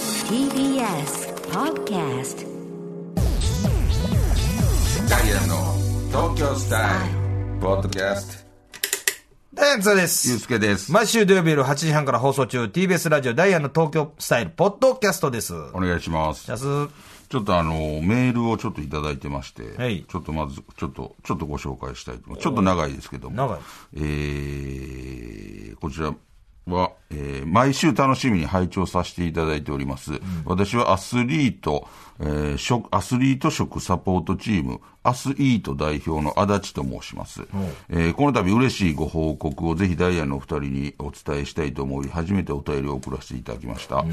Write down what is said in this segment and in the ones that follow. TBS Podcast ダイアンの東京スタイルポッドキャスダイアンさんトでゆうす。すけです、毎週土曜日夜8時半から放送中、TBS ラジオダイアンの東京スタイル、ポッドキャストです。お願いしますやす、はちょっとあのメールをちょっといただいてまして、はいちょっとまずちょっとちょっとご紹介したいと思いますちょっと長いですけども長いえーこちらは、えー毎週楽しみに拝聴させていただいております。私はアスリート、えー食、アスリート食サポートチーム、アスイート代表の足立と申します。えーこの度嬉しいご報告をぜひダイヤのお二人にお伝えしたいと思い、初めてお便りを送らせていただきました。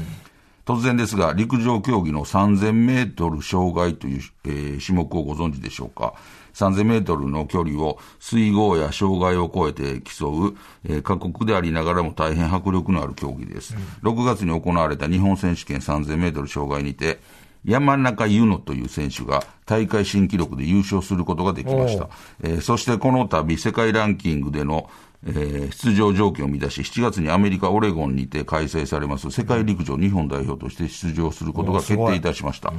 突然ですが、陸上競技の3000メートル障害という、えー種目をご存知でしょうか。3000メートルの距離を水濠や障害を超えて競う、えー過酷でありながらも大変迫力のある競技です。6月に行われた日本選手権3000メートル障害にて、山中優乃という選手が大会新記録で優勝することができました。えーそしてこの度世界ランキングでの、えー出場条件を満たし、7月にアメリカ・オレゴンにて開催されます世界陸上日本代表として出場することが決定いたしました。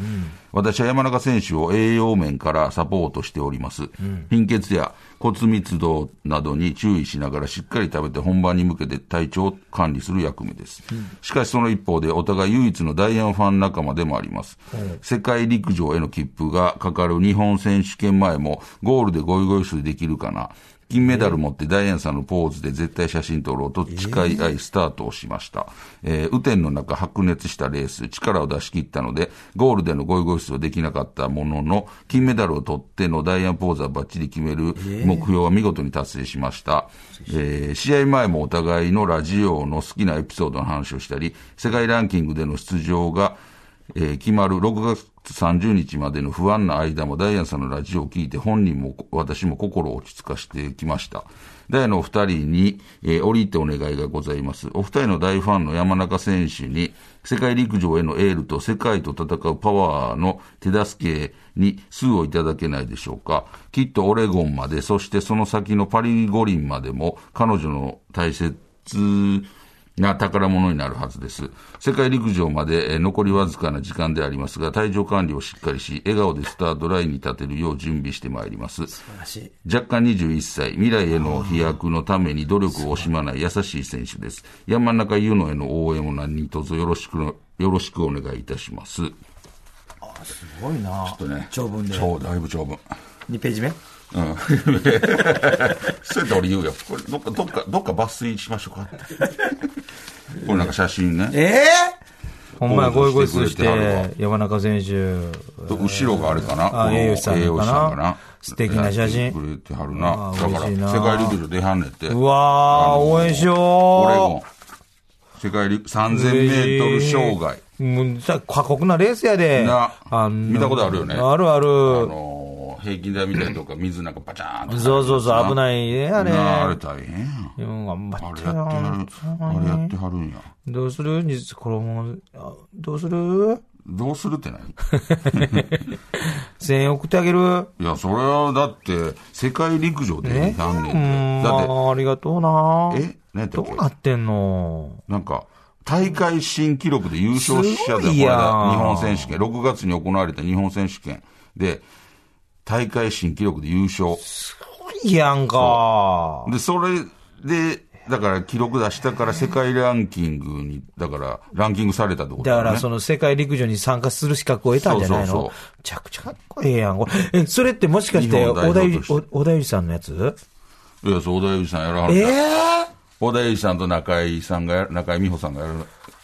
私は山中選手を栄養面からサポートしております。貧血や骨密度などに注意しながらしっかり食べて本番に向けて体調を管理する役目です。しかしその一方でお互い唯一のダイヤンファン仲間でもあります。世界陸上への切符がかかる日本選手権前もゴールでゴイゴイスーできるかな。金メダル持ってダイアンさんのポーズで絶対写真撮ろうと誓い合いスタートをしました。えー雨天の中白熱したレース、力を出し切ったので、ゴールでのゴイゴイスーはできなかったものの、金メダルを取ってのダイアンポーズはバッチリ決める目標は見事に達成しました。えー試合前もお互いのラジオの好きなエピソードの話をしたり、世界ランキングでの出場が、えー決まる6月30日までの不安な間もダイアンさんのラジオを聞いて本人も私も心を落ち着かしてきました。ダイアンのお二人に、えー折り入ってお願いがございます。お二人の大ファンの山中選手に世界陸上へのエールと世界と戦うパワーの手助けに数をいただけないでしょうか。きっとオレゴンまで、そしてその先のパリ五輪までも彼女の大切な宝物になるはずです。世界陸上までえー残りわずかな時間でありますが、体調管理をしっかりし、笑顔でスタートラインに立てるよう準備してまいります。若干21歳、未来への飛躍のために努力を惜しまない優しい選手です。山中優乃への応援も何卒よろしくの、よろしくお願いいたします。ちすごいなょっとね長文で。長だいぶ長文。 2ページ目うん。 そうやって俺言うよ。これ、どっか、どっか、どっか抜粋しましょうか。 これなんか写真ね。ええほんまや、ゴゴイイゴゴイイススーーししてて、山中選手、と後ろがあれかな、あこの栄養士さんかな栄養士素敵な写真やってくれてはるなあ。だから、嬉しいな世界陸上出はんねんって。うわー、応援しよう。オレゴン。世界陸3000メートル障害。もうさ、過酷なレースやで。なの見たことあるよねあるあある。のー、平均台みたいなとこから水なんかバチャーンって。そうそうそう、危ないね、あれ。なあれ大変やん。うん、頑張あっれてやってよはる。あれやってはるんや。どうする実これもう、あどうするどうするってない1000円送ってあげる。いや、それはだって、世界陸上で出はんうねん、んて。だっありがとうなて、え何やったどっけうなってんのなんか、大会新記録で優勝者すで、ごこいれやんだ日本選手権、6月に行われた日本選手権で、大会新記録で優勝。いいやんか。で、それで、だから記録出したから世界ランキングに、だからランキングされたってことだだかよね。ら、その世界陸上に参加する資格を得たんじゃないのそうそうそうめちゃくちゃかっこええやん。これえそれってもしかして、日本代小田表ゆとしてお小田ゆりさんのやついや、そう、小田裕二さんやらはえるんだ。え小田裕二さんと中井さんがや、中井美穂さんがやる。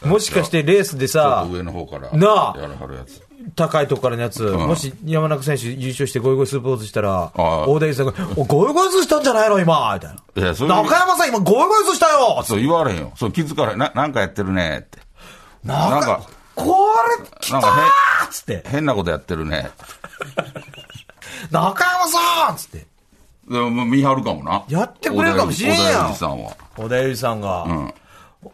もしかしてレースでちょさっと、上の方から。なあやらはるやつ。高いとこからのやつ、もし山中選手優勝してゴイゴイスーポーズしたら、あ大田さんが、おゴイゴイスーしたんじゃないの今みたいいな。や、そういう中山さん今ゴイゴイスーしたよそう言われへんよ。そう気づかれへん。な、なんかやってるねって。ななんんかか、これ、来なたんーか変っつって、変なことやってるね。中山さんっつって、でも、見張るかもな。やってくれるかもしれんや小田裕ん二さんは。小田ゆりさんが、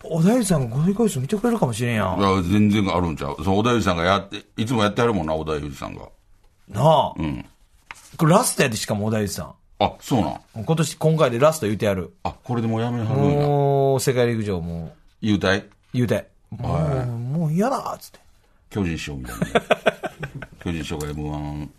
小田ゆりさんがゴイゴイスー見てくれるかもしれんやん。いなや、全然あるんちゃう。そう、小田裕二さんがやって、いつもやってはるもんな、小田裕二さんが。あ、これラストやで、しかも小田ゆりさあ、そうなん。ん。今年、今回でラスト言うてやる。あ、これでもうやめはるんや。もう、世界陸上も優待言うて。もう、もう嫌だっつって。巨人師匠みたいな。 巨人師匠が M1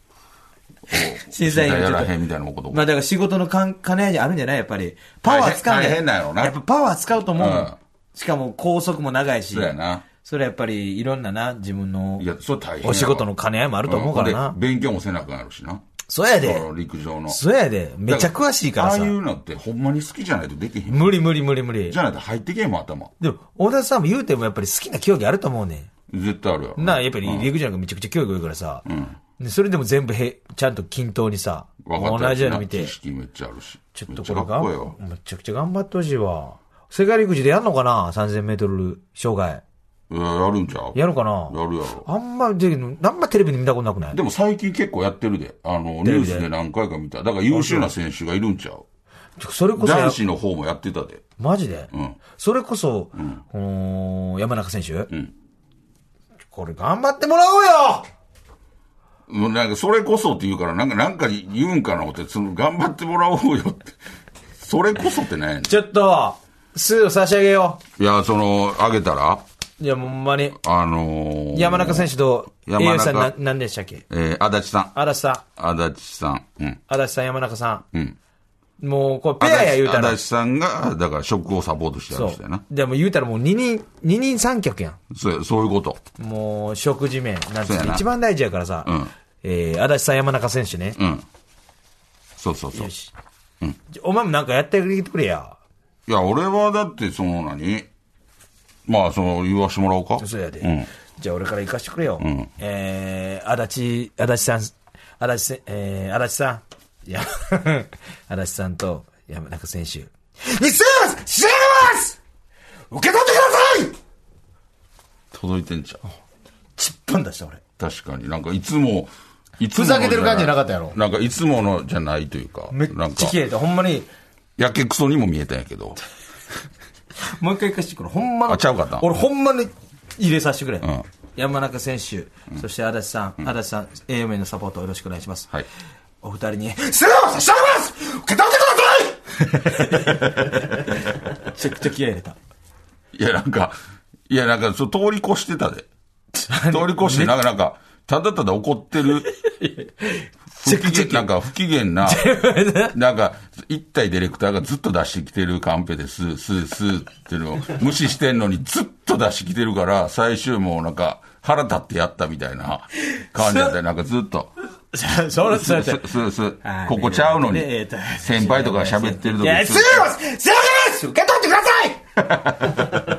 審査員やがらちょへっんみたいなことと。まあだから仕事のかん兼ね合いにあるんじゃないやっぱり。パワー使うんだ大変大変なんやろなやっぱパワー使うと思う。うんしかも高速も長いし。そうやな。それやっぱりいろんなな、自分のいや、それ大変やわ。お仕事の兼ね合いもあると思うからんほなん。で勉強もせなくなるしな。そうやでそ。の陸上の。そうやで。めっちゃ詳しいからあさあい。うのってほんまに好きじゃないとできへん。無理無理無理無理じ。ゃないと入ってけんもん頭。でも、小田さんも言うてもやっぱり好きな競技あると思うね絶対あるやろ。ん。な、やっぱり陸上なんかめちゃくちゃ競技多いからさ。でそれでも全部へ、ちゃんと均等にさ、分かった同じようなに見て知。識めっちゃあるし。ちょっめとっちこゃれかがっこええわ。ん、めちゃくちゃ頑張ってほしいわ。世界陸上でやんのかな ?3000 メートル障害。いややるんちゃうやるかなやるやろ。あんま、で、あんまテレビで見たことなくないでも最近結構やってるで。あの、ニュースで何回か見た。だから優秀な選手がいるんちゃうそれこそや、男子の方もやってたで。マジで、んそれこそ、この山中選手、んこれ頑張ってもらおうよもうなんか、それこそって言うから、なんか、なんか言うんかなって、その、頑張ってもらおうよって。それこそってね。ちょっと、数を差し上げよいや、その、あげたら、う。いや、ほんまに。あのー山中選手と、栄山中養士さんな、何でしたっけえー、足立さ足立さん、ん。足立さん。うん。足立さん、山中さん。うんもう、これペアや言うた足ら。立さんが、だから、食をサポートしてやるそ人やなう。。でも言うたらもう二人、二人三脚やん。そうやそういうこと。もう、食事面、なんつそううやのな一番大事やからさ、うんえー、足立さん、山中選手ね。うん。そうそうそうよ。し。じゃお前もなんかやってあげてくれや。いや、俺はだって、その、何まあ、その、言わしてもらおうか。そうやで。んじゃあ俺から行かしてくれよ。えー、足立、足立さん、足立せ、えー、足立さん。いや、 足立さんと山中選手。にすします受け取ってください届いてんちゃう。ちっぽん出した俺。確かに。なんか、いつも、いつものふざけてる感じじゃなかったやろなんか、いつものじゃないというか。めっなんちかゃ綺麗だ。ほんまに、やけくそにも見えたんやけど。もう一回行かしてくれ。ほんまの。あちゃうかった俺ほんまに入れさせてくれ。ん山中選手、そして足立さん、足立さん、AM のサポートよろしくお願いします。はい。お二人に、すぐ差し上げます受け取ってくださいめちゃくちゃ気合い入 れた。いや、なんか、いや、なんか、そう、通り越してたで。通り越して、なんか、なんか、ただただ怒ってる。不機嫌、なんか不機嫌な、 なんか、一体ディレクターがずっと出してきてるカンペです、す、すっていうのを無視してんのにずっと出してきてるから、最終もうなんか、腹立ってやったみたいな感じだったよなんかずっと。そそうそうやっすて。すすあーここちゃうのにねええっと、先輩とか喋ってるい時や、すぐすぐです受け取ってください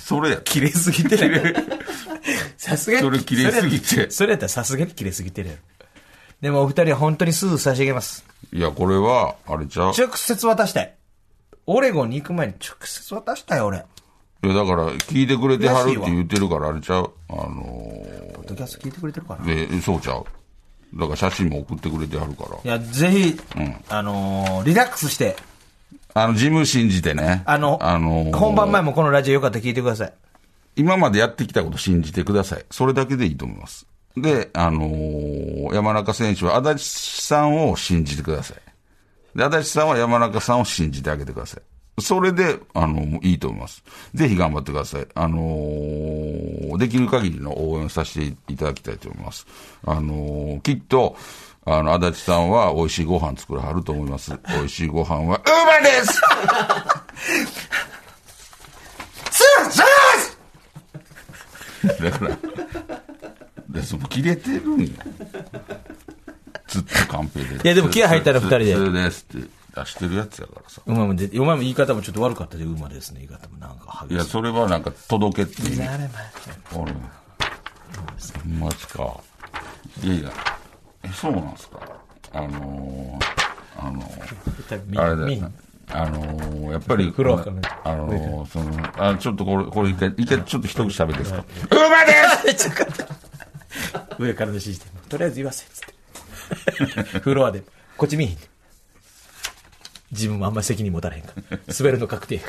それや切れすぎてる。 さすがに。それ切れすぎてそれやそれやったらさすがに切れすぎてるやろ。でもお二人は本当にすぐ差し上げます。いや、これは、あれちゃう直接渡したい。オレゴンに行く前に直接渡したい、俺。いや、だから、聞いてくれてはるっ悔しいてわ言ってるから、あれちゃうあのポッドキャスト聞いてくれてるかなー、で、そうちゃうだから写真も送ってくれてはるからい。や、ぜひ、あのーリラックスして、あの、ジム信じてね。あの、ー本番前もこのラジオよかったら聞いてください。今までやってきたこと信じてください。それだけでいいと思います。で、あのー山中選手は足立さんを信じてください。で、足立さんは山中さんを信じてあげてください。それで、あのもういいと思います。ぜひ頑張ってください。あのーできる限りの応援をさせていただきたいと思います。あのーきっと、あの、足立さんは美味しいご飯作らはると思います。美味しいご飯は、ウーマンですすぐすだから、でその切れてるんや。ずっとカンペで。いやでも気合入ったら二人で普通ですって出してるやつやからさ。ぐ馬もで、馬も言い方もちょっと悪かったで、馬ですね、言い方もなんかい激や、しい。それはなんか届けっていう意味。あれま俺、マジか。いやいや、え、そうなんすか。あのー、あのー、あれだよ な。あのー、やっぱり、黒赤のあのー、その、あ、ちょっとこれ、これ一回、一回ちょっと一口喋っていいですか。うまです上からの指示で、とりあえず言わせ、つって。 フロアで、こっち見えへん。自分もあんま責任持たれへんから。滑るの確定やか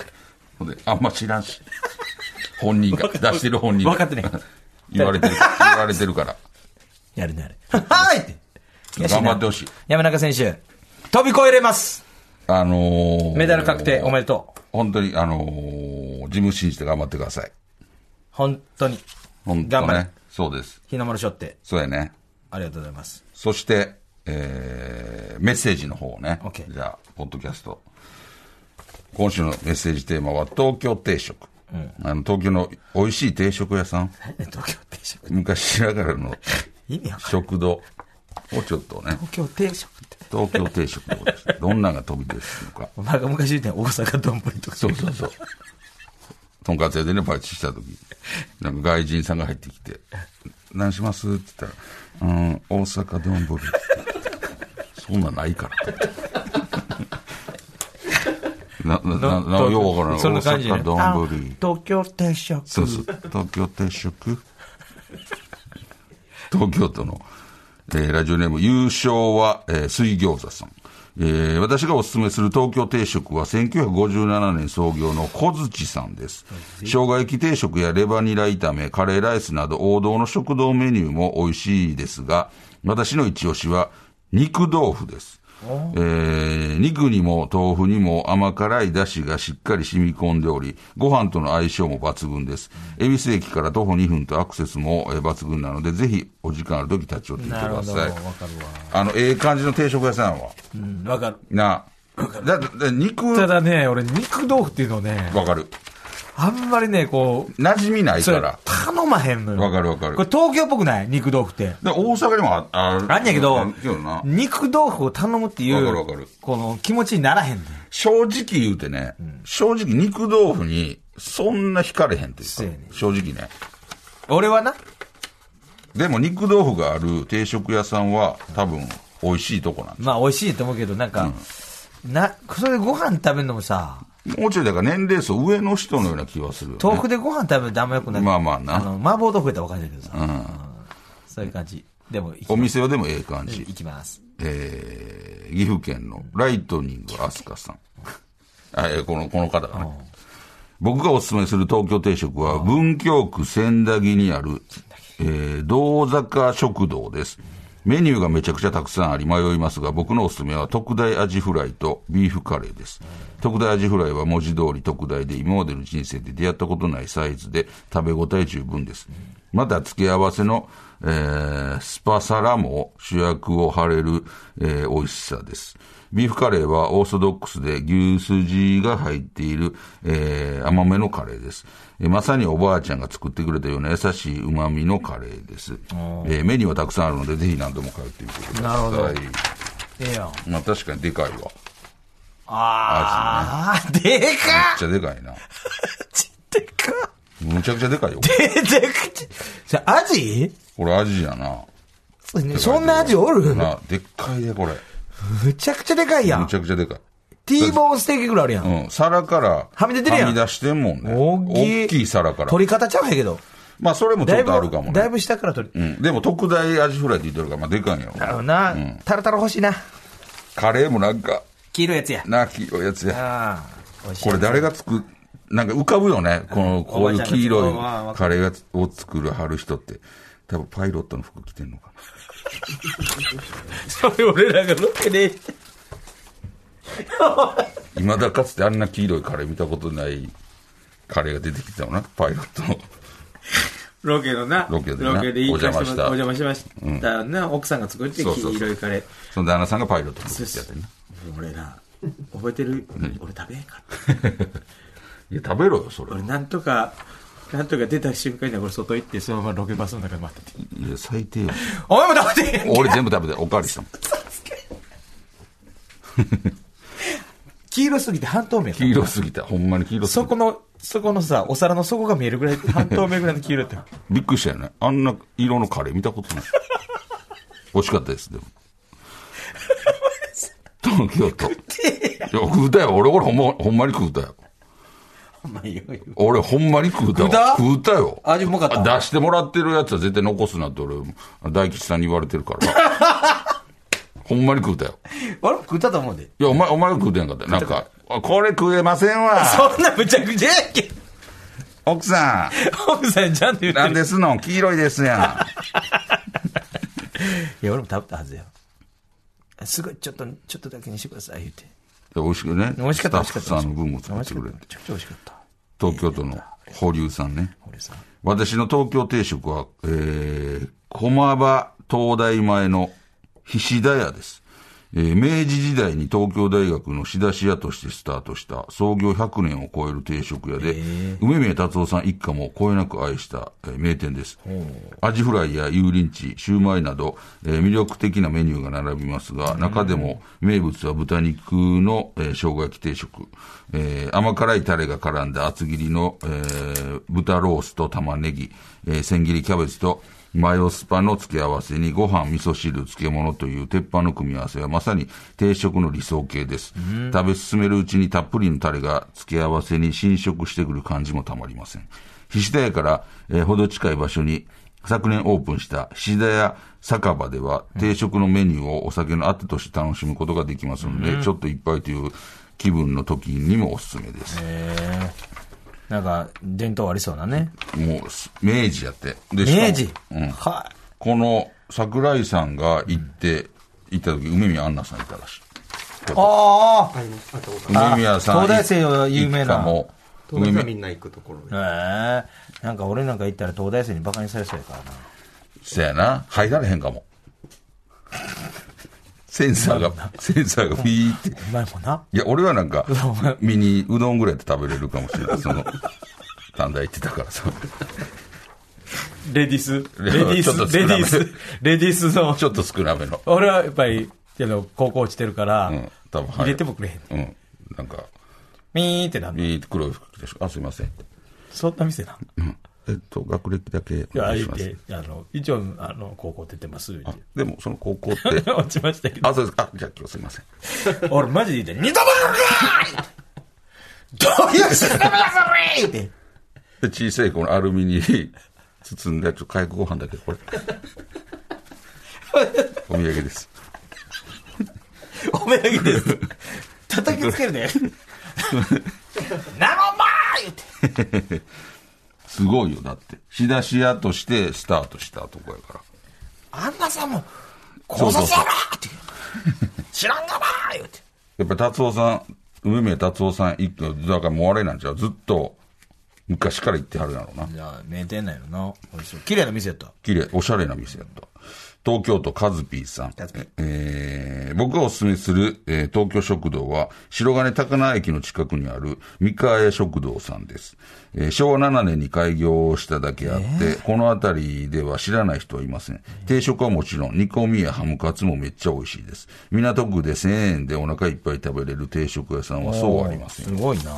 ほんで、あんま知らんし。本人が、出してる本人が分かってない言われてる、言われてる から。ら。やるね、あれ。はーいって。頑張ってほしい。山中選手、飛び越えれますあのー、メダル確定おめでとう。本当に、あのー、自分信じて頑張ってください。本当に。本当頑張れね。そうです。日の丸しょって。そうやね。ありがとうございます。そして、えーメッセージの方をね。 OK じゃあ、ポッドキャスト。今週のメッセージテーマは、東京定食。あの東京の美味しい定食屋さん。何で東京定食昔ながらの意味わかんない食堂をちょっとね、東京定食って。東京定食のことです。どんなんが飛び出てくるのか。お前が昔言ってた大阪どんぶりとか。そうそうそう。とんかつ屋でね、バイトした時、なんか外人さんが入ってきて、何しますって言ったら、うん、大阪丼ぶり。そんなんないからって。 な、な、な、なようわからない。そんな感じね大阪丼ぶり。東京定食。そうそう。東京定食。東京都の、えーラジオネーム、優勝は、えー水餃子さん。えー私がお勧めする東京定食は1957年創業の小槌さんです。生姜焼き定食やレバニラ炒め、カレーライスなど王道の食堂メニューも美味しいですが、私の一押しは肉豆腐です。えー肉にも豆腐にも甘辛い出汁がしっかり染み込んでおり、ご飯との相性も抜群です。恵比寿駅から徒歩2分とアクセスもえー抜群なので、ぜひお時間ある時立ち寄ってみてください。あの、ええ感じの定食屋さんやわ。うん、わかる。なあ。だって、肉、たわだね、俺、肉豆腐っていうのね、かる。あんまりね、こう、馴染みないそかれら。頼まへんのよ。わかるわかるこれ東京っぽくない肉豆腐って。で大阪にもああるあんやけあどるどな、肉豆腐を頼むっていわかるわかるう、この気持ちにならへんねん。正直言うてね、正直肉豆腐にそんな惹かれへんというかそうやね正直ね。俺はな、でも肉豆腐がある定食屋さんは多分美味しいとこなんでまあ美味しいと思うけど、なんか、な、それでご飯食べるのもさ、す。もうちょいだから年齢層上の人のような気はするよ、ね。豆腐でご飯食べるとあんま良くない。まあまあなの、麻婆豆腐やったら分かんないけどさ。うんそういう感じ。でも、いきお店はでもええ感じ。いきます。えー、岐阜県のライトニングアスカさん。あ、えーこの、この方がね。僕がお勧めする東京定食は、文京区千駄木にある、えー、道坂食堂です。メニューがめちゃくちゃたくさんあり迷いますが、僕のおすすめは特大アジフライとビーフカレーです。特大アジフライは文字通り特大で、今までの人生で出会ったことないサイズで、食べ応え十分です。また、付け合わせの、えースパサラも主役を張れる、えー美味しさです。ビーフカレーはオーソドックスで牛すじが入っている、えー甘めのカレーです、えーまさにおばあちゃんが作ってくれたような優しい旨味のカレーです。えーメニューはたくさんあるので、ぜひ何度も通ってみてください。なるほどええやん。まあ確かにでかいわ。めっあー、でかっちゃでかいな。でかっむちゃくちゃでかいよ。え、でかっそれアジこれアジやな。そそんなアジおるな、でっかいでこれ。むむちゃくちゃでかいやんち。ゃくちゃでかい。 T ボーンステーキぐらいあるやん。うん、皿から、はみ出てるやんはみ出してんもんね。大大きい皿から。取り方ちゃうやけど。まあ、それもちだょいっぶ、とあるかもね。だいぶ下から取り。うん、でも特大アジフライって言ってるから、まあ、でかいんやなるほろどな。タルタル欲しいな。カレーもなんか、黄色いやつや。な、黄色いやつや。ああ、美味しい。これ誰が作る、なんか浮かぶよね。この、こういう黄色いカレーを作る、貼る人って。多分パイロットの服着てんのかそれ俺らがロケで。な。未だかつてあんな黄色いカレー見たことないカレーが出てきたのな、パイロットの。ロケのな。ロケでなで行かせてもらおお邪邪魔しましたな。奥さんが作ってそうそうそう黄色いカレー。その旦那さんがパイロットの服着てやってんな。俺ら、覚えてる俺食べへんかった。いや、食べろよ、それ。俺なんとか、なんとか出た瞬間には俺外行って、そのままロケバスの中で待ってて。いや、最低よ。お前も食べてへん俺全部食べて、おかわりしたもん。黄色すぎて半透明やった黄色すぎた。ほんまに黄色すぎそた。この、そこのさ、お皿の底が見えるぐ らい、半透明ぐらいの黄色やったよ。びっくりしたよね。あんな色のカレー見たことない。美味しかったです、でも。東京都。いや、食うたよ。俺、俺、ほんま、ほんまに食うたよ。お前よいよ俺、ほんまに食うたよ。食うた食うたよ。味うまかった出してもらってるやつは絶対残すなって俺、大吉さんに言われてるから。 ほんまに食うたよ。俺も食ったと思うで。いや、お前、お前が食うてへんかったよ。なんか、あこれ食えませんわ。そんなむちゃくちゃやっけ奥さ奥さんちゃんと言ん、ってなんる。ですの黄色いですや ん。いや、俺も食べたはずよ。すごい、ちょっと、ちょっとだけにしてください、言うて。で美味しくね。美味しかった、美味しかスっタた。ッフさんの分も作ってく美れ味しかっためちゃくちゃ美味しかった。東京都の保留さんね。堀さん。私の東京定食は、えー、駒場東大前の菱田屋です。えー明治時代に東京大学の仕出し屋としてスタートした創業100年を超える定食屋で、梅宮達夫さん一家もこよなく愛した、えー名店です。アジフライや油淋鶏、シューマイなど、えー魅力的なメニューが並びますが、中でも名物は豚肉の、えー生姜焼き定食、えー甘辛いタレが絡んだ厚切りの、えー豚ロースと玉ねぎ、えー千切りキャベツと、マヨスパの付け合わせにご飯、味噌汁、漬物という鉄板の組み合わせはまさに定食の理想形です。食べ進めるうちにたっぷりのタレが付け合わせに侵食してくる感じもたまりません。菱田屋から、えーほど近い場所に昨年オープンした菱田屋酒場では定食のメニューをお酒の後として楽しむことができますので、ちょっと一杯という気分の時にもおすすめです。なんか、伝統ありそうなね。もうす、明治やって。でしかも明治。うんはい。この桜井さんが行って、行った時、梅宮アンナさんいたらしい。あありますあったことある梅宮さん。東大生は有名な一家も東大梅生は宮みんな行くところであ。へえ。なんか俺なんか行ったら東大生にバカにされそうやからな。せやな。入られへんかも。センサーが、センサーがビーって。お前もな。いや、俺はなんか、ミニうどんぐらいで食べれるかもしれない。その、短大行ってたからさ。レディース、レディーちょっとス、少レなデめィース、レディースの、ちょっと少なめの。俺はやっぱり、けど、高校落ちてるから、うん、多分入入れてもくれへん。うん。なんか、ミーってなんの。ビーって黒い服着てし、あ、すいません。そんな店なんえっと、学歴だけいおや、願いし言っます。て、あの、一応、あの、高校出てます、言うあてでも、その高校って、 落ちましたけど。あ、そうですか。あじゃあ今日すいません。俺マジで、二度もで、小さいこのアルミに包んで、ちょっと火薬ご飯だけこれ。お土産です。 お土産です。叩きつける ね。なもまー言って。すごいよ、だって。仕出し屋としてスタートしたとこやから。あんなさんも、そ考うそう察そうやなーって。知らんがなー言って。やっぱ達夫さん、梅宮達夫さん一個、だからもうあれなんちゃうずっと、昔から行ってはるやろうな。いや、名店なんやろな。美味しそう綺麗な店やった。綺麗、おしゃれな店やった。東京都カズピーさん。えー僕がおすすめする、えー東京食堂は、白金高輪駅の近くにある三河屋食堂さんです、えー昭和7年に開業しただけあって、この辺りでは知らない人はいません。定食はもちろん、煮込みやハムカツもめっちゃ美味しいです。港区で1000円でお腹いっぱい食べれる定食屋さんはそうありません。すごいな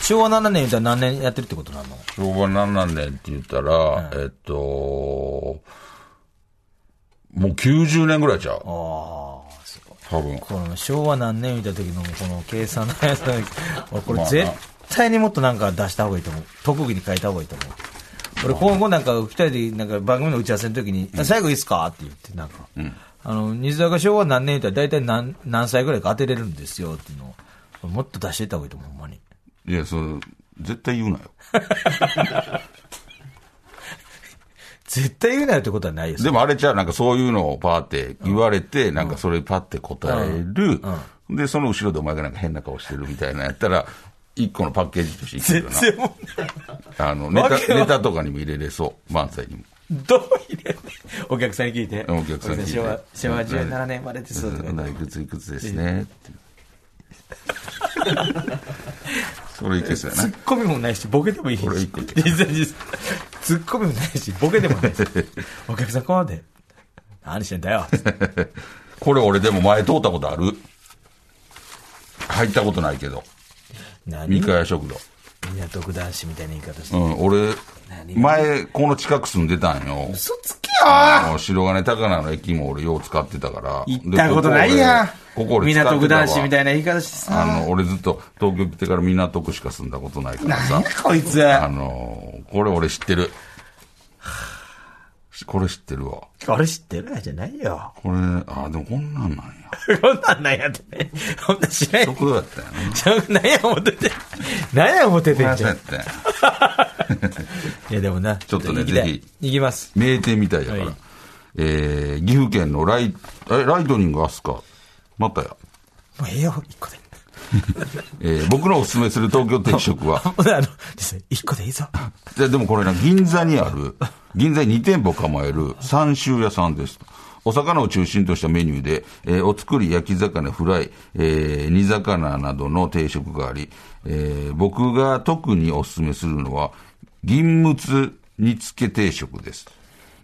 昭和7年言ったら何年やってるってことなの昭和7年って言ったら、えっと、もう90年ぐらいちゃうああ、すごい。多分。この昭和何年見た時のこの計算のやつだけど俺こまれあな絶対にもっとなんか出した方がいいと思う。特技に変えた方がいいと思う。俺今後なんか二人でなんか番組の打ち合わせの時に、あ最後いいっすかって言ってなんか、あの、西田が昭和何年言ったら大体何何歳ぐらいか当てれるんですよっていうのを、もっと出していった方がいいと思う、ほんまに。いや、その、絶対言うなよ。絶対言うなよってことはないですでもあれじゃあ、なんかそういうのをパーって言われて、なんかそれパって答える。で、その後ろでお前がなんか変な顔してるみたいなやったら、一個のパッケージとしていけるよ全然もうな。あの、ネわけタ、わネタとかにも入れれそう。漫才にも。どう入れてお客さんに聞いて。お客さんに聞いて昭和、昭和17年。生まれてそういくついくつですね。 ってそれいけそうやツな。ッコミもないし、ボケでもいいし。俺一個いけ実際実際ツッコミもないし、ボケでもないし。お客さんこうで。何してんだよ。これ俺でも前通ったことある。入ったことないけど。三何河屋食堂。港区男子みたいな言い方して。うん、俺、前、この近く住んでたんよ。嘘つけよあの白金高菜の駅も俺よう使ってたから。行ったことないやんでここ俺港区男子みたいいな言い方してあさの、俺ずっと東京来てから港区しか住んだことないから何さや。こいつあの、これ俺知ってる。 これ知ってるわ。これ知ってるやじゃないよ。これ、あ、でもこんなんなんや。こんなんなんやってね。こんなん知らんよ。食堂やったんやな。ちゃうなんや思ってて。なんや思っ ててんそじうゃやんっ。たんやいやでもな。ちょっとね行きたいぜひ行きます。名店みたいやから。はいえー、岐阜県のライ、え、ライトニングアスカ。またや。もうええよ、一個で。えー僕のおすすめする東京定食 は、ほんであの、ですね一個でいいぞ。ででもこれな、銀座にある、銀座に2店舗構える三州屋さんですと。お魚を中心としたメニューで、えーお作り、焼き魚、フライ、えー煮魚などの定食があり、えー僕が特にお勧めするのは、銀むつ煮付け定食です。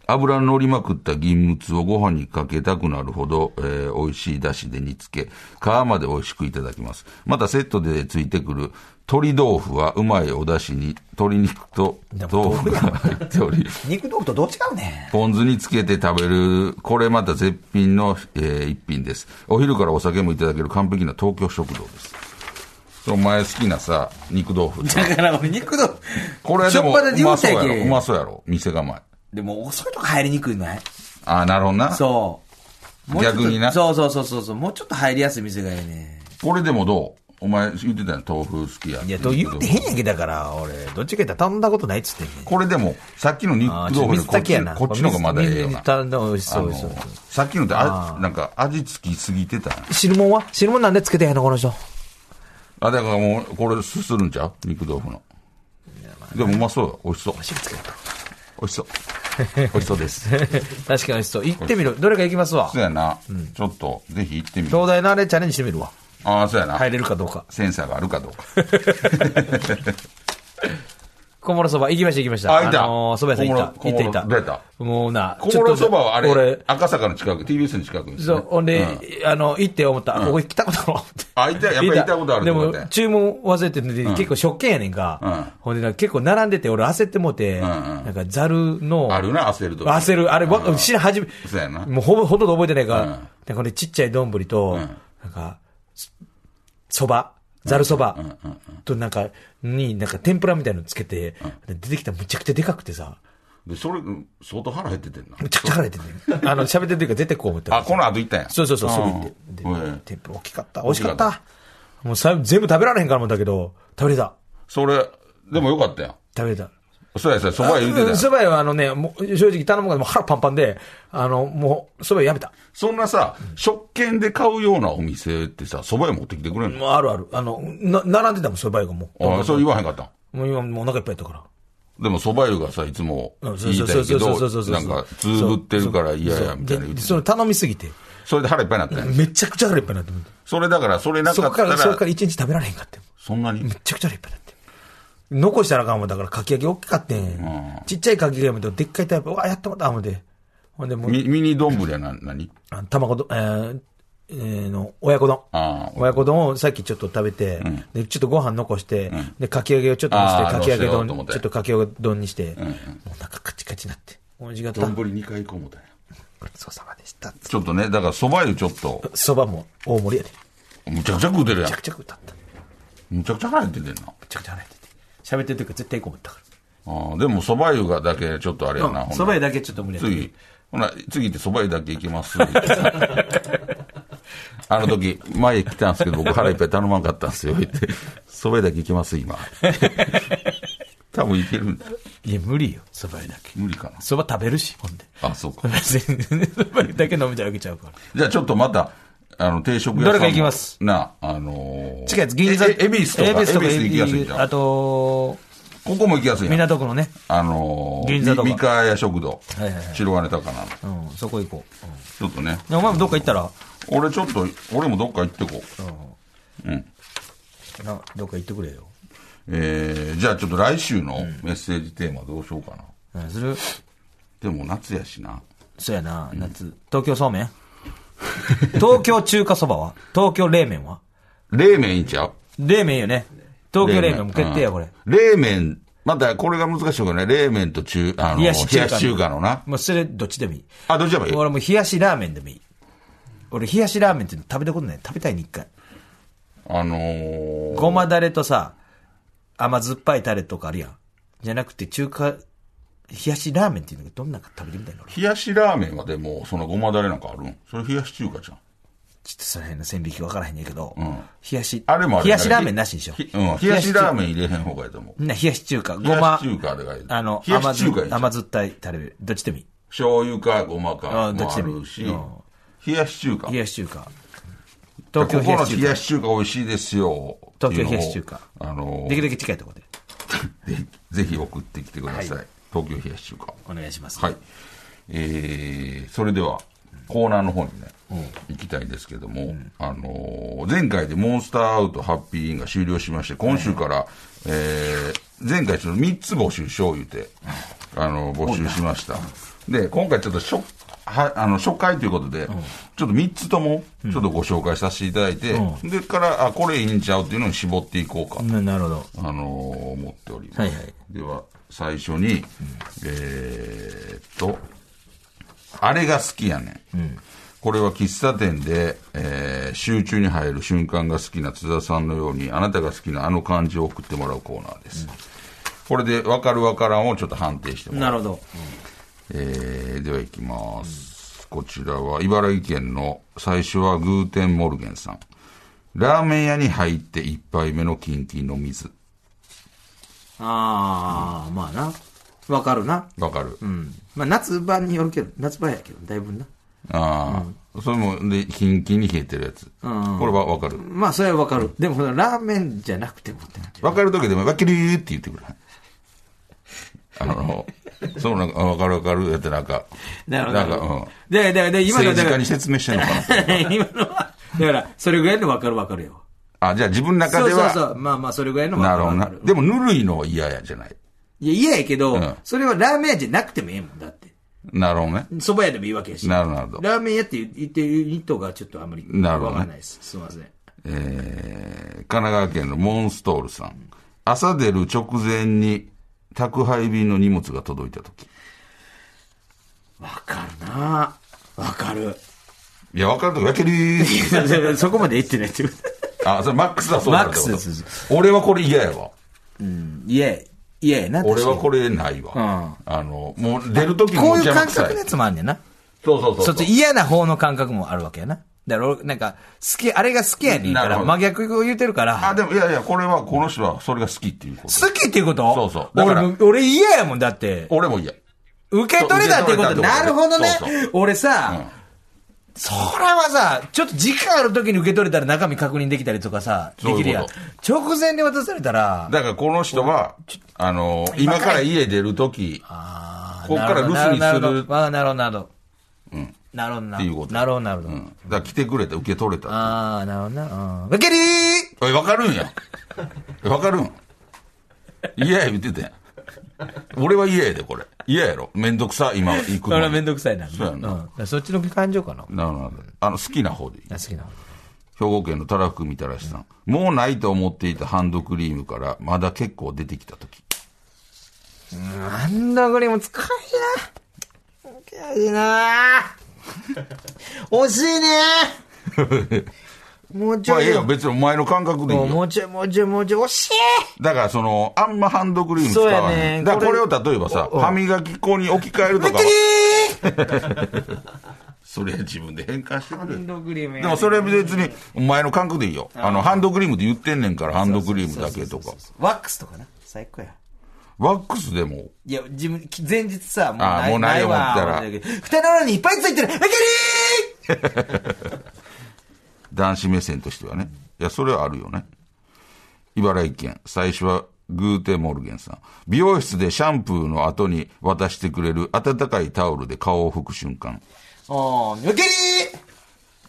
油のりまくった銀むつをご飯にかけたくなるほど、えー美味しい出汁で煮付け、皮まで美味しくいただきます。またセットでついてくる鶏豆腐はうまいお出汁に鶏肉と豆腐が入っており、肉豆腐とどう違うねポン酢につけて食べる、これまた絶品の、えー一品です。お昼からお酒もいただける完璧な東京食堂です。お前好きなさ、肉豆 腐さ。だから俺肉豆腐。これでもしょっぱなう言まうたそうややけろ。うまそうやろ。店構え。でも、そういうとこ入りにくいないああ、なるほどな。そう。もうちょっと逆になそうそうそうそうそう。もうちょっと入りやすい店がいいね。これでもどうお前言ってたやん、豆腐好きやっていや、と言ってへんやんけ、だから、俺、どっちか言ったら頼んだことないっつってんねん。これでも、さっきの肉あーち豆腐ょっとより水こっ炊きちやな。こっちの方がまだええよ水な水。頼んだ美味しあそう、美の味しそう。さっきのってあ、なんか味付きすぎてたやん汁物は汁物なんでつけてへんの、この人。あ、だからもう、これすするんちゃう肉豆腐の。でもうまそうよ。美味しそう。汁つけた。美味しそう。美味しそうです。確かに美味しそう。行ってみる。どれか行きますわそ。うやな。ちょっと、ぜひ行ってみる。東大のあれチャレンジしてみるわ。ああ、そうやな。入れるかどうか。センサーがあるかどうか。小諸そば、行きました、行きました。あ行ったあのー、そば屋さん行った。小諸行っていた。小諸どうやったもうな、小諸そばはあちょっと俺れ、、赤坂の近く、TBS の近くにすそねう、ほんで、うあの、行って思った。あここ来たことあるわ思って。あいたやっぱり行ったことあるでと思っもて、注文忘れてて、結構食券やねんうんか。ほんで、なんか結構並んでて、俺焦ってもうて、んうんなんかザルの、あるな、焦ると。焦る。あれ、わ、知らん、初めそうやな、もうほぼほとんど覚えてないかうんら、でこれちっちゃい丼とん、なんか、そば、ざるそばとなんか、に、なんか天ぷらみたいなのつけて、で出てきたらむちゃくちゃでかくてさ、で、それ、うん相当腹減っててんな。むちゃくちゃ腹減ってんねんあの、喋ってる時は絶対こう思ってたあ、この後行ったんや。そうそうそう、すぐ行って。でうんうん天ぷら大きかった。美味しかっ大きた。もうさ全部食べられへんからもんだけど、食べれた。それ、でもよかったやん。食べれた。そうや、そうや、そば屋言うてたうやんんそば屋はあのね、もう正直頼むからもう腹パンパンで、あの、もう、そば屋やめた。そんなさ、食券で買うようなお店ってさ、そば屋持ってきてくれんのもうあるある。あの、な、並んでたもん、そば屋がもう。あそう言わへんかったんもう今もうお腹いっぱいやったから。でも、蕎麦湯がさ、いつもうん言いたいけど、なんか、つぶってるから嫌や、みたいなそう言うでてその頼みすぎて、それで腹いっぱいになったんや。めちゃくちゃ腹いっぱいになって思ってそれだから、それなそかこっかたらら、、そこから一日食べられへんかって。そんなにめちゃくちゃ腹いっぱいになって。残したらあかんもんだから、かき揚げ大きかってん。ちっちゃいかき揚げもででっかいタイプ、うわ、やってもった思って。ほんで、もう、ミミニ丼やな、何あの卵ど、えーえーの、親子丼。あー親子丼をさっきちょっと食べて、で、ちょっとご飯残して、で、かき揚げをちょっとあして、ーかき揚げどうしようと思っ丼、てちょっとかき揚げ丼にして、もうお腹カチカチなって。美味しかった。ごち2回行こうもたんや。そうさまでした。ちょっとね、だから蕎麦湯ちょっと、そばも大盛りやで。むちゃくちゃ食うてるめやちんゃ。くちゃ歌った。めむちゃくちゃ腹減っててんな。ちゃくちゃ腹減ってて。喋ってる時は絶対こう思ったかあーでも蕎麦湯がだけちょっとあれやな、ほんならそば屋だけちょっと無理やった次、ほな、次行って蕎麦湯だけ行き ます。あの時、前来たんですけど、僕腹いっぱい頼まんかったんですよ、言って。蕎麦湯だけ行きます、 今。多分行けるんだ。ら。いや、無理よ。そばだけ。無理かな。そば食べるし、ほんで。 あ、そうか。全然、そばだけ飲みちゃうわけちゃうから。じゃあちょっとまた、あの、定食屋さんも。どれか行きますなあ、あのー、近いやつ、銀座。ええ恵比寿とか、恵恵比比寿寿とか、行きやすいじゃあん。と、ここも行きやすいやん。港区のね。あのー、銀座とかみ三河屋食堂、いはいは白金高菜の。うん、そこ行こちょっとね、う。お前もどっか行ったら、俺ちょっと、俺もどっか行ってこう。などっか行ってくれよ。えー、じゃあちょっと来週のメッセージテーマどうしようかな。うん するでも夏やしな。そうやな、夏。東京そうめん 東京中華そばは東京冷麺は冷麺いいんちゃう冷麺よね。東京冷麺も決定や、これ。。うん冷麺、またこれが難しいからね。冷麺と中、あの、冷冷ややしし中華の中華のな。もうそれ、どっちでもいい。あ、どっちでもいい俺もう冷やしラーメンでもいい。俺、冷やしラーメンって食べたことない。食べたいに一回。あのー、ごまだれとさ、甘酸っぱいタレとかあるやん。じゃなくて、中華、冷やしラーメンっていうのがどんなか食べてみたいの俺。冷やしラーメンはでも、そのごまだれなんかあるんそれ冷やし中華じゃん。ちょっとその辺の線引き分からへんねんけど、ん冷やし、あれもあれ冷やしラーメンなしにしよう。ひうん。冷やしラーン。メン入れへん方がいいと思う。みんな冷やし中華。ご冷やまし、中華でがいい。あの、冷や甘し中華いい酸じゃん甘酸っぱいタレ、どっちでもいい。醤油かごまかあもどっちあでもいいるしうん、冷やし中華冷。やし中華。ここ東京冷やのし中冷華。やし中華美味しいですよ。東京冷やし中華っていうのをあのできるだけ近いところで。ぜぜひ送ってきてください。東京冷やし中華。お願いします。はい。えーそれでは、コーナーの方にね、行きたいんですけども、あのー前回でモンスターアウトハッピーインが終了しまして、今週から、えー前回ちょっと3つ募集しよう言うて、あのー募集しました。で、今回ちょっと初、はあの初回ということで、ちょっと3つとも、ちょっとご紹介させていただいて、でから、あ、これいいんちゃうっていうのに絞っていこうかとななるほど。あのー思っております。はいはいでは、最初に、えーっと、あれが好きやねん。これは喫茶店で、えー集中に入る瞬間が好きな津田さんのように、あなたが好きなあの感じを送ってもらうコーナーです。これで、わかるわからんをちょっと判定してもらう。なるほど。えーでは行きます、こちらは茨城県の最初はグーテンモルゲンさんラーメン屋に入って一杯目のキンキンの水ああ、まあな。わかるな。わかる、うん。まあ夏場によるけど、夏場やけど、だいぶな。ああ、それもでキンキンに冷えてるやつ、これはわかるまあそれはわかる。でも、ラーメンじゃなくてもってなっちゃわかる時でも「わけるー」って言ってくれあのそうなんかあわかるわかるやってなんかう。なるほど。なんか、うん、で、で、で、今の政だ治か家らに、説明してんのかな 今のは、だから、それぐらいのわかるわかるよ。あじゃあ自分の中そうでそうはそう。まあまあ、それぐらいのわなかるるほどわなかる。でもぬるいのは嫌やじゃないいや、嫌やけど、うんそれはラーメン屋じゃなくてもええもんだって。なるほどね蕎麦屋でもいいわけやし。なるほどラーメン屋って言ってる人がちょっとあんまりなるほわどねかんないです。すいません。えー神奈川県のモンストールさん。朝出る直前に宅配便の荷物が届いたとき。わかるなわかる。 いや、わかるとき、わけるー。そこまで言ってないってこと。あ、それマックスだそうだってことマックスで俺はこれ嫌やわ。いえ、いえ、なん俺はこれないわ。あの、もう出るときもこういう邪魔感くさ覚いのや。つもあんねんな。そうそうそうそそっう。ち嫌な方の感覚もあるわけやな。だから俺、なんか、好き、あれが好きやねんかなるら、ほど真逆を言うてるから、あ、でも、いやいや、これは、この人はそれが好きっていうこと。好きっていうことそうそうだから俺も、俺嫌やもん、だって。俺も嫌。受け取れたっていうことそう受け取れたってことなるほどねそうそ。俺さ、それはさ、ちょっと時間ある時に受け取れたら中身確認できたりとかさ、そうでいうこときるやん。直前で渡されたら、だからこの人は、あの、今から家出るとき、ここから留守になするほるどっなるほどなるほど。なるほどなていうこと。なるほどなるほど。うん。だから来てくれた、受け取れた。ああ、なるほどな。うん。けりーおい、わかるんや。わかるん。嫌や言ってたやん。俺は嫌やで、これ。嫌やろ。めんどくさ、今行くそれのはに。めんどくさいな。そうやなうんだからそっちの感情かな。なるほど。あの、好きな方でいい。あ好きなの。兵庫県のたらふくみたらしさん。もうないと思っていたハンドクリームから、まだ結構出てきたとき。ハンドクリーム使いな。使い な。惜しいね。もうちまょあ、えいえよ。よ。別にお前の感覚でいいもよ。うちょい、もうちょい、もうちょい、惜しいだから、その、あんまハンドクリーム使わそうやなねい。んだから、ここれれを例えばさ、歯磨き粉に置き換えるとかは。それ自分で変換してくれよ。ハンドクリームやでねもそれ別に、お前の感覚でいいよ。あの、ハンドクリームって言ってんねんから、ハンドクリームだけとか。ワックスとかな。最高や。ワックスでも、いや、自分、き前日さ、もうあーないもうないわ思っ蓋の裏にいっぱいついてる。わけりー男子目線としてはね。いや、それはあるよね。茨城県、最初はグーテモルゲンさん。美容室でシャンプーの後に渡してくれる温かいタオルで顔を拭く瞬間。おー、わけりー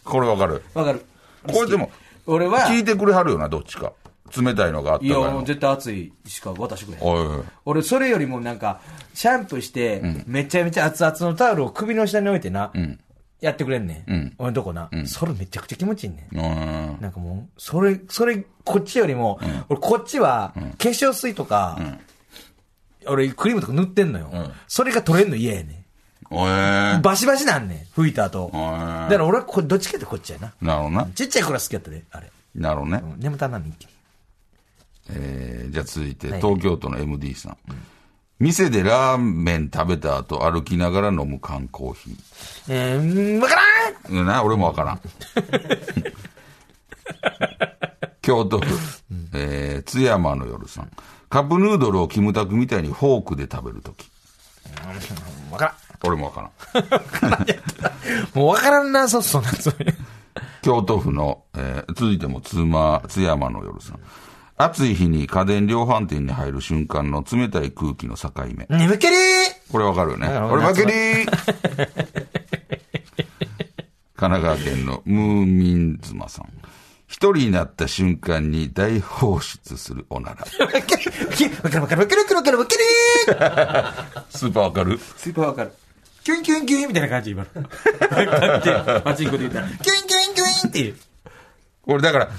これわかる。わかる。これでも、俺は、聞いてくれはるよな、どっちか。冷たいのがあったかいいや、のもう絶対熱いしか渡してくれへん。おいおい。俺、それよりもなんか、シャンプーして、めちゃめちゃ熱々のタオルを首の下に置いてな、やってくれんねん。俺のとこな、それめちゃくちゃ気持ちいいねん。うーん。なんかもう、それ、それ、こっちよりも、俺こっちは、化粧水とか、俺クリームとか塗ってんのよ。それが取れんの嫌やねおえん。バシバシなんねん、拭いた後。だーから俺はこどっちかってこっちやな。なるほどな。ちっちゃい頃は好きやったで、あれ。なるほどね。うん眠たなんねん、一気に。えーじゃあ続いて、東京都の MD さん。店でラーメン食べた後歩きながら飲む缶コーヒえー、うんわからんー。な、俺もわからん。京都府、えー津山の夜さん。カップヌードルをキムタクみたいにフォークで食べるとき。わからん。俺もわからん。もうわからんな、そうそうな、そういう。京都府の、えー続いても津間、津山の夜さん。暑い日に家電量販店に入る瞬間の冷たい空気の境目。眠気りこれわかるよね。俺負けりー神奈川県のムーミン妻さん。一人になった瞬間に大放出するおなら。わかるわかるわかるわかるわかるわかる スーパーわかるスーパーわかる。キュンキュンキュンみたいな感じ、今の。こうやって、パチンコで言ったら。キュンキュンキュンっていう。これだから、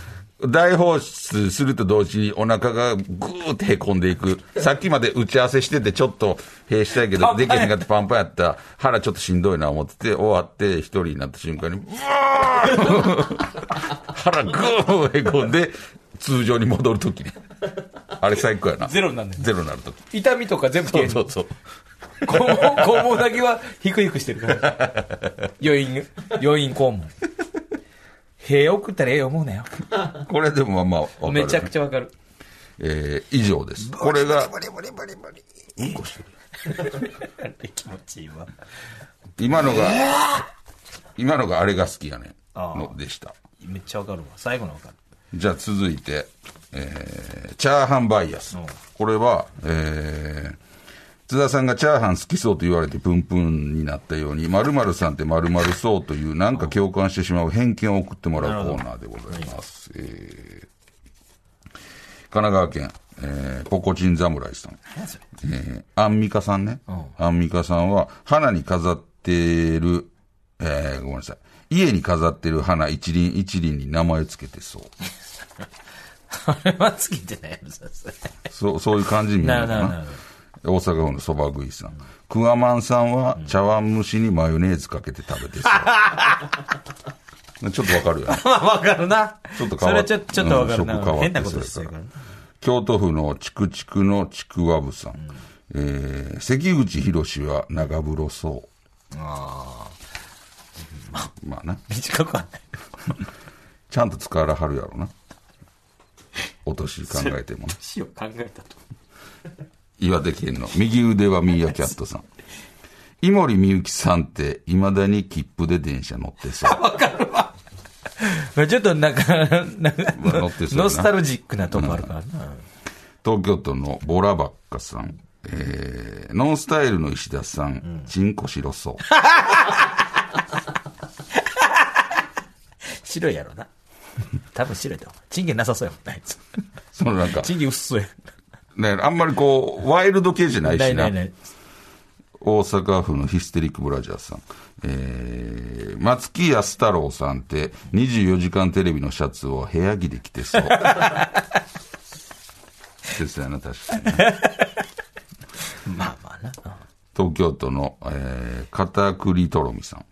大放出すると同時にお腹がぐーってへこんでいく。さっきまで打ち合わせしててちょっと閉したいけど、できへんかってパンパンやった。腹ちょっとしんどいな思ってて、終わって一人になった瞬間に、うわー 腹ぐーへこんで、通常に戻るときね。あれ最高やな。ゼロになるねゼロになるとき。痛みとか全部そ消うえそる。うそう。肛門、肛門だけはヒクヒクしてるから。余韻、余韻肛門。塀送ったらええ思うなよ。これでもまあまあわかる、めちゃくちゃわかる。えー以上です。これが、気持ちいいわ。今のが、今のがあれが好きやねんのでした。めっちゃわかるわ。最後のわかる。じゃあ続いて、えー、チャーハンバイアス。これは、えー、津田さんがチャーハン好きそうと言われてプンプンになったように、〇〇さんって〇〇そうという、なんか共感してしまう偏見を送ってもらうコーナーでございます。えー神奈川県、えー、ポコチン侍さん。えーアンミカさんね。アンミカさんは、花に飾ってる、えーごめんなさい。家に飾ってる花一輪一輪に名前つけてそう。あれは好きじゃないやつだそれそう、そういう感じに見えるのかなるほどな。大阪府のそば食いさん。クワマンさんは茶碗蒸しにマヨネーズかけて食べてそう。 ちょっとわかるよね。まあわかるな。ちょっとそ変れわはちょちょっとわかるうん食変な。わって変なことしてそれるかからら。京都府のチクチクのちくわぶさん。えー、関口宏は長風呂そう。ああ。まあな。短くはない。ちゃんと使わはるやろな。お年考えてもね。死を考えたと。岩手県の右腕はミーアキャットさん。井森美幸さんって、未だに切符で電車乗って そう。まあちょっとなんか、なんかまあ乗ってそうやなノスタルジックなとこあるからな。東京都のボラバッカさん。えー、ノンスタイルの石田さん、チンコ白そう。 白いやろな。多分白いと思う。チンゲなさそうやもんな、あいつ。そのなんか、チンゲ薄そうや。ね、あんまりこう、ワイルド系じゃないなしいな。ないない。大阪府のヒステリックブラジャーさん。えー、松木安太郎さんって、24時間テレビのシャツを部屋着で着て そう。ですよね、確かに。まあまあな。東京都の、えー、片栗とろみさん。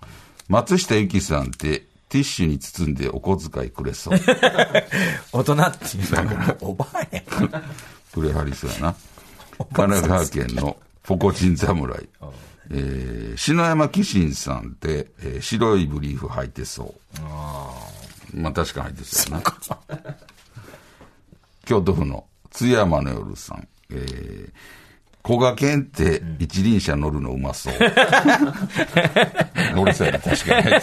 松下由紀さんって、ティッシュに包んでお小遣いくれそう。大人っていうのはもうおばあやん。くれはりそうやな。神奈川県のポコチン侍。えー、篠山紀信さんって、えー白いブリーフ履いてそう。まあ確かに履いてそうやな。京都府の津山の夜さん。えー、小賀健って一輪車乗るのうまそう。乗りそうやな、確かに。あ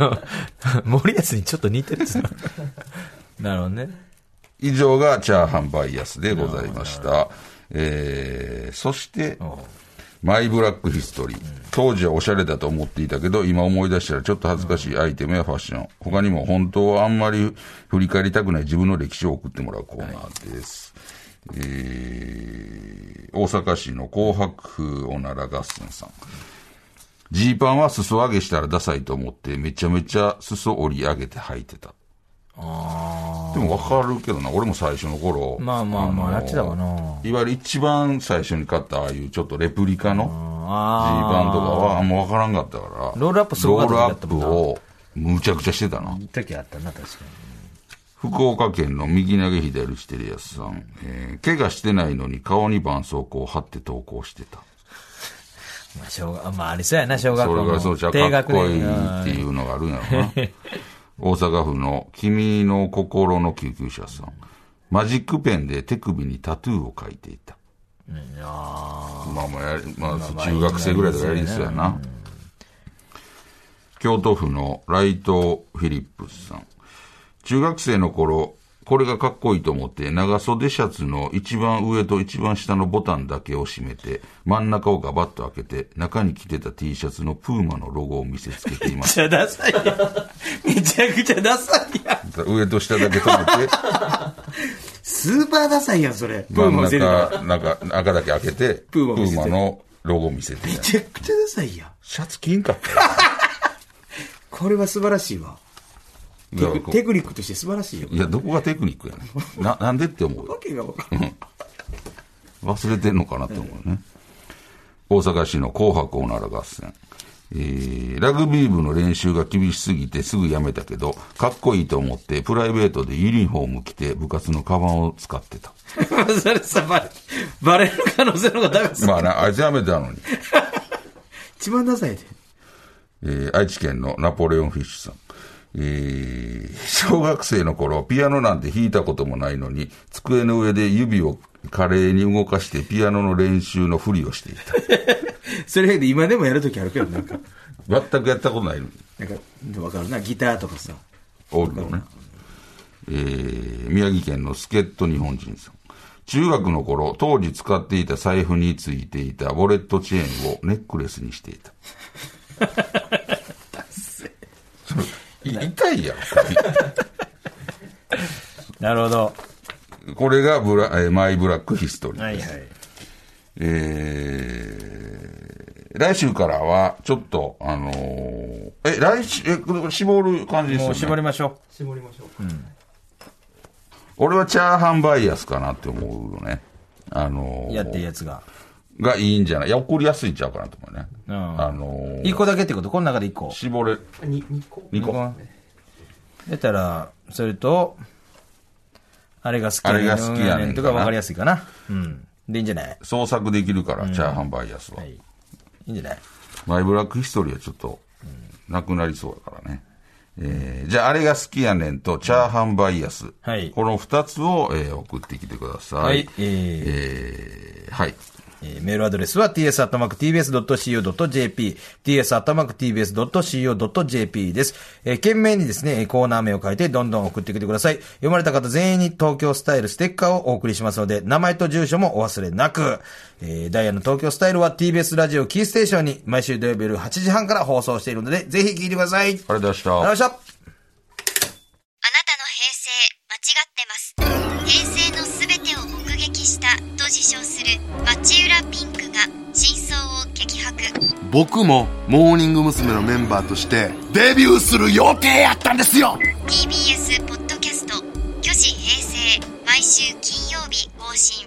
の、森安にちょっと似てるっつうのなるほどね。以上がチャーハンバイアスでございました。えー、そして、マイブラックヒストリー。当時はおしゃれだと思っていたけど、今思い出したらちょっと恥ずかしいアイテムやファッション。他にも本当はあんまり振り返りたくない自分の歴史を送ってもらうコーナーです。えー、大阪市の紅白おなら合戦さん。ジーパンは裾上げしたらダサいと思って、めちゃめちゃ裾折り上げて履いてた。でも分かるけどな、俺も最初の頃。まあまあまあのやってたわないわゆる一番最初に買った、ああいうちょっとレプリカのジーああ。パンとかはあんま分からんかったから。ロールアップすごかったロー時だルアったッもんプなをむちゃくちゃしてたな。時あったな、確かに。福岡県の右投げ左打ちテレアスさん、えー怪我してないのに顔に絆創膏を貼って投稿してた。まあ、小学、まあ、ありそうやな、小学そ校れがの。そうちゃう低かっ学こい年いっていうのがあるんやろな。大阪府の君の心の救急車さん。マジックペンで手首にタトゥーを描いていた。まあまあやり、まあ、中学生ぐらいだからやりそうやな。京都府のライト・フィリップスさん。中学生の頃、これがかっこいいと思って、長袖シャツの一番上と一番下のボタンだけを閉めて、真ん中をガバッと開けて、中に着てた T シャツのプーマのロゴを見せつけていましちゃダサいやん。めちゃくちゃダサいやん。た。 上と下だけ止 めて、スーパーダサいやん、それ。プ真ーんマのゼリーが中、なんか、赤だけ開けて、ププーマを見ーせてマのロゴを見せていためちゃくちゃダサいやん。シャツ着んかった よ。これは素晴らしいわ。テだからクこうテクニックとして素晴らしいよ。いや、どこがテクニックやねん。な、なんでって思うよわ。けがわかんない。忘れてんのかなって思うね。大阪市の紅白おなら合戦。えーラグビー部の練習が厳しすぎてすぐやめたけど、かっこいいと思ってプライベートでユニフォーム着て部活のカバンを使ってた。それさ、バレ、バレる可能性の方が高い。まあな、あいつやめたのに。一番ダサいで。えー愛知県のナポレオンフィッシュさん。えー小学生の頃、ピアノなんて弾いたこともないのに、机の上で指を華麗に動かしてピアノの練習のふりをしていた。それで今でもやるときあるけど、なんか、全くやったことないのに。なんか、わかるな。ギターとかさ。オールのね。えー宮城県の助っ人日本人さん。中学の頃、当時使っていた財布についていたウォレットチェーンをネックレスにしていた。それい痛いやろ。なるほど。これがブラ、えーマイブラックヒストリー。はいはい。えー来週からは、ちょっと、あのーえ、来週、え、これ絞る感じですよもね。う絞りましょ俺はチャーハンバイアスかなって思うよね。あのう。ーやってるやつが。がいいんじゃないいや、怒りやすいんちゃうかなと思うね。んあのー一個だけってことこの中で一個。絞れ、2個。出たら、それと、あれが好きやねあん。れが好きやねんとか分かりやすいかな。うん。で、いいんじゃない創作できるから、チャーハンバイアスは。いいいんじゃないマイブラックヒストリーはちょっと、なくなりそうだからね。えーじゃあ、あれが好きやねんと、チャーハンバイアス。はいこの2つを、えー送ってきてください。はい。えーえーはい。えーメールアドレスは ts.tbs.co.jp、ts.tbs.co.jp です。えー、懸命にですね、えーコーナー名を書いてどんどん送ってきてください。読まれた方全員に東京スタイルステッカーをお送りしますので、名前と住所もお忘れなく、えーダイヤの東京スタイルは TBS ラジオキーステーションに毎週土曜日夜8時半から放送しているので、ぜひ聞いてください。ありがとあれ出した。うございました。あなたの平成間違ってます平成のすべてを目撃したと自称する町浦ピンクが真相を激白僕もモーニング娘。のメンバーとしてデビューする予定やったんですよ TBS ポッドキャスト「巨子平成」毎週金曜日更新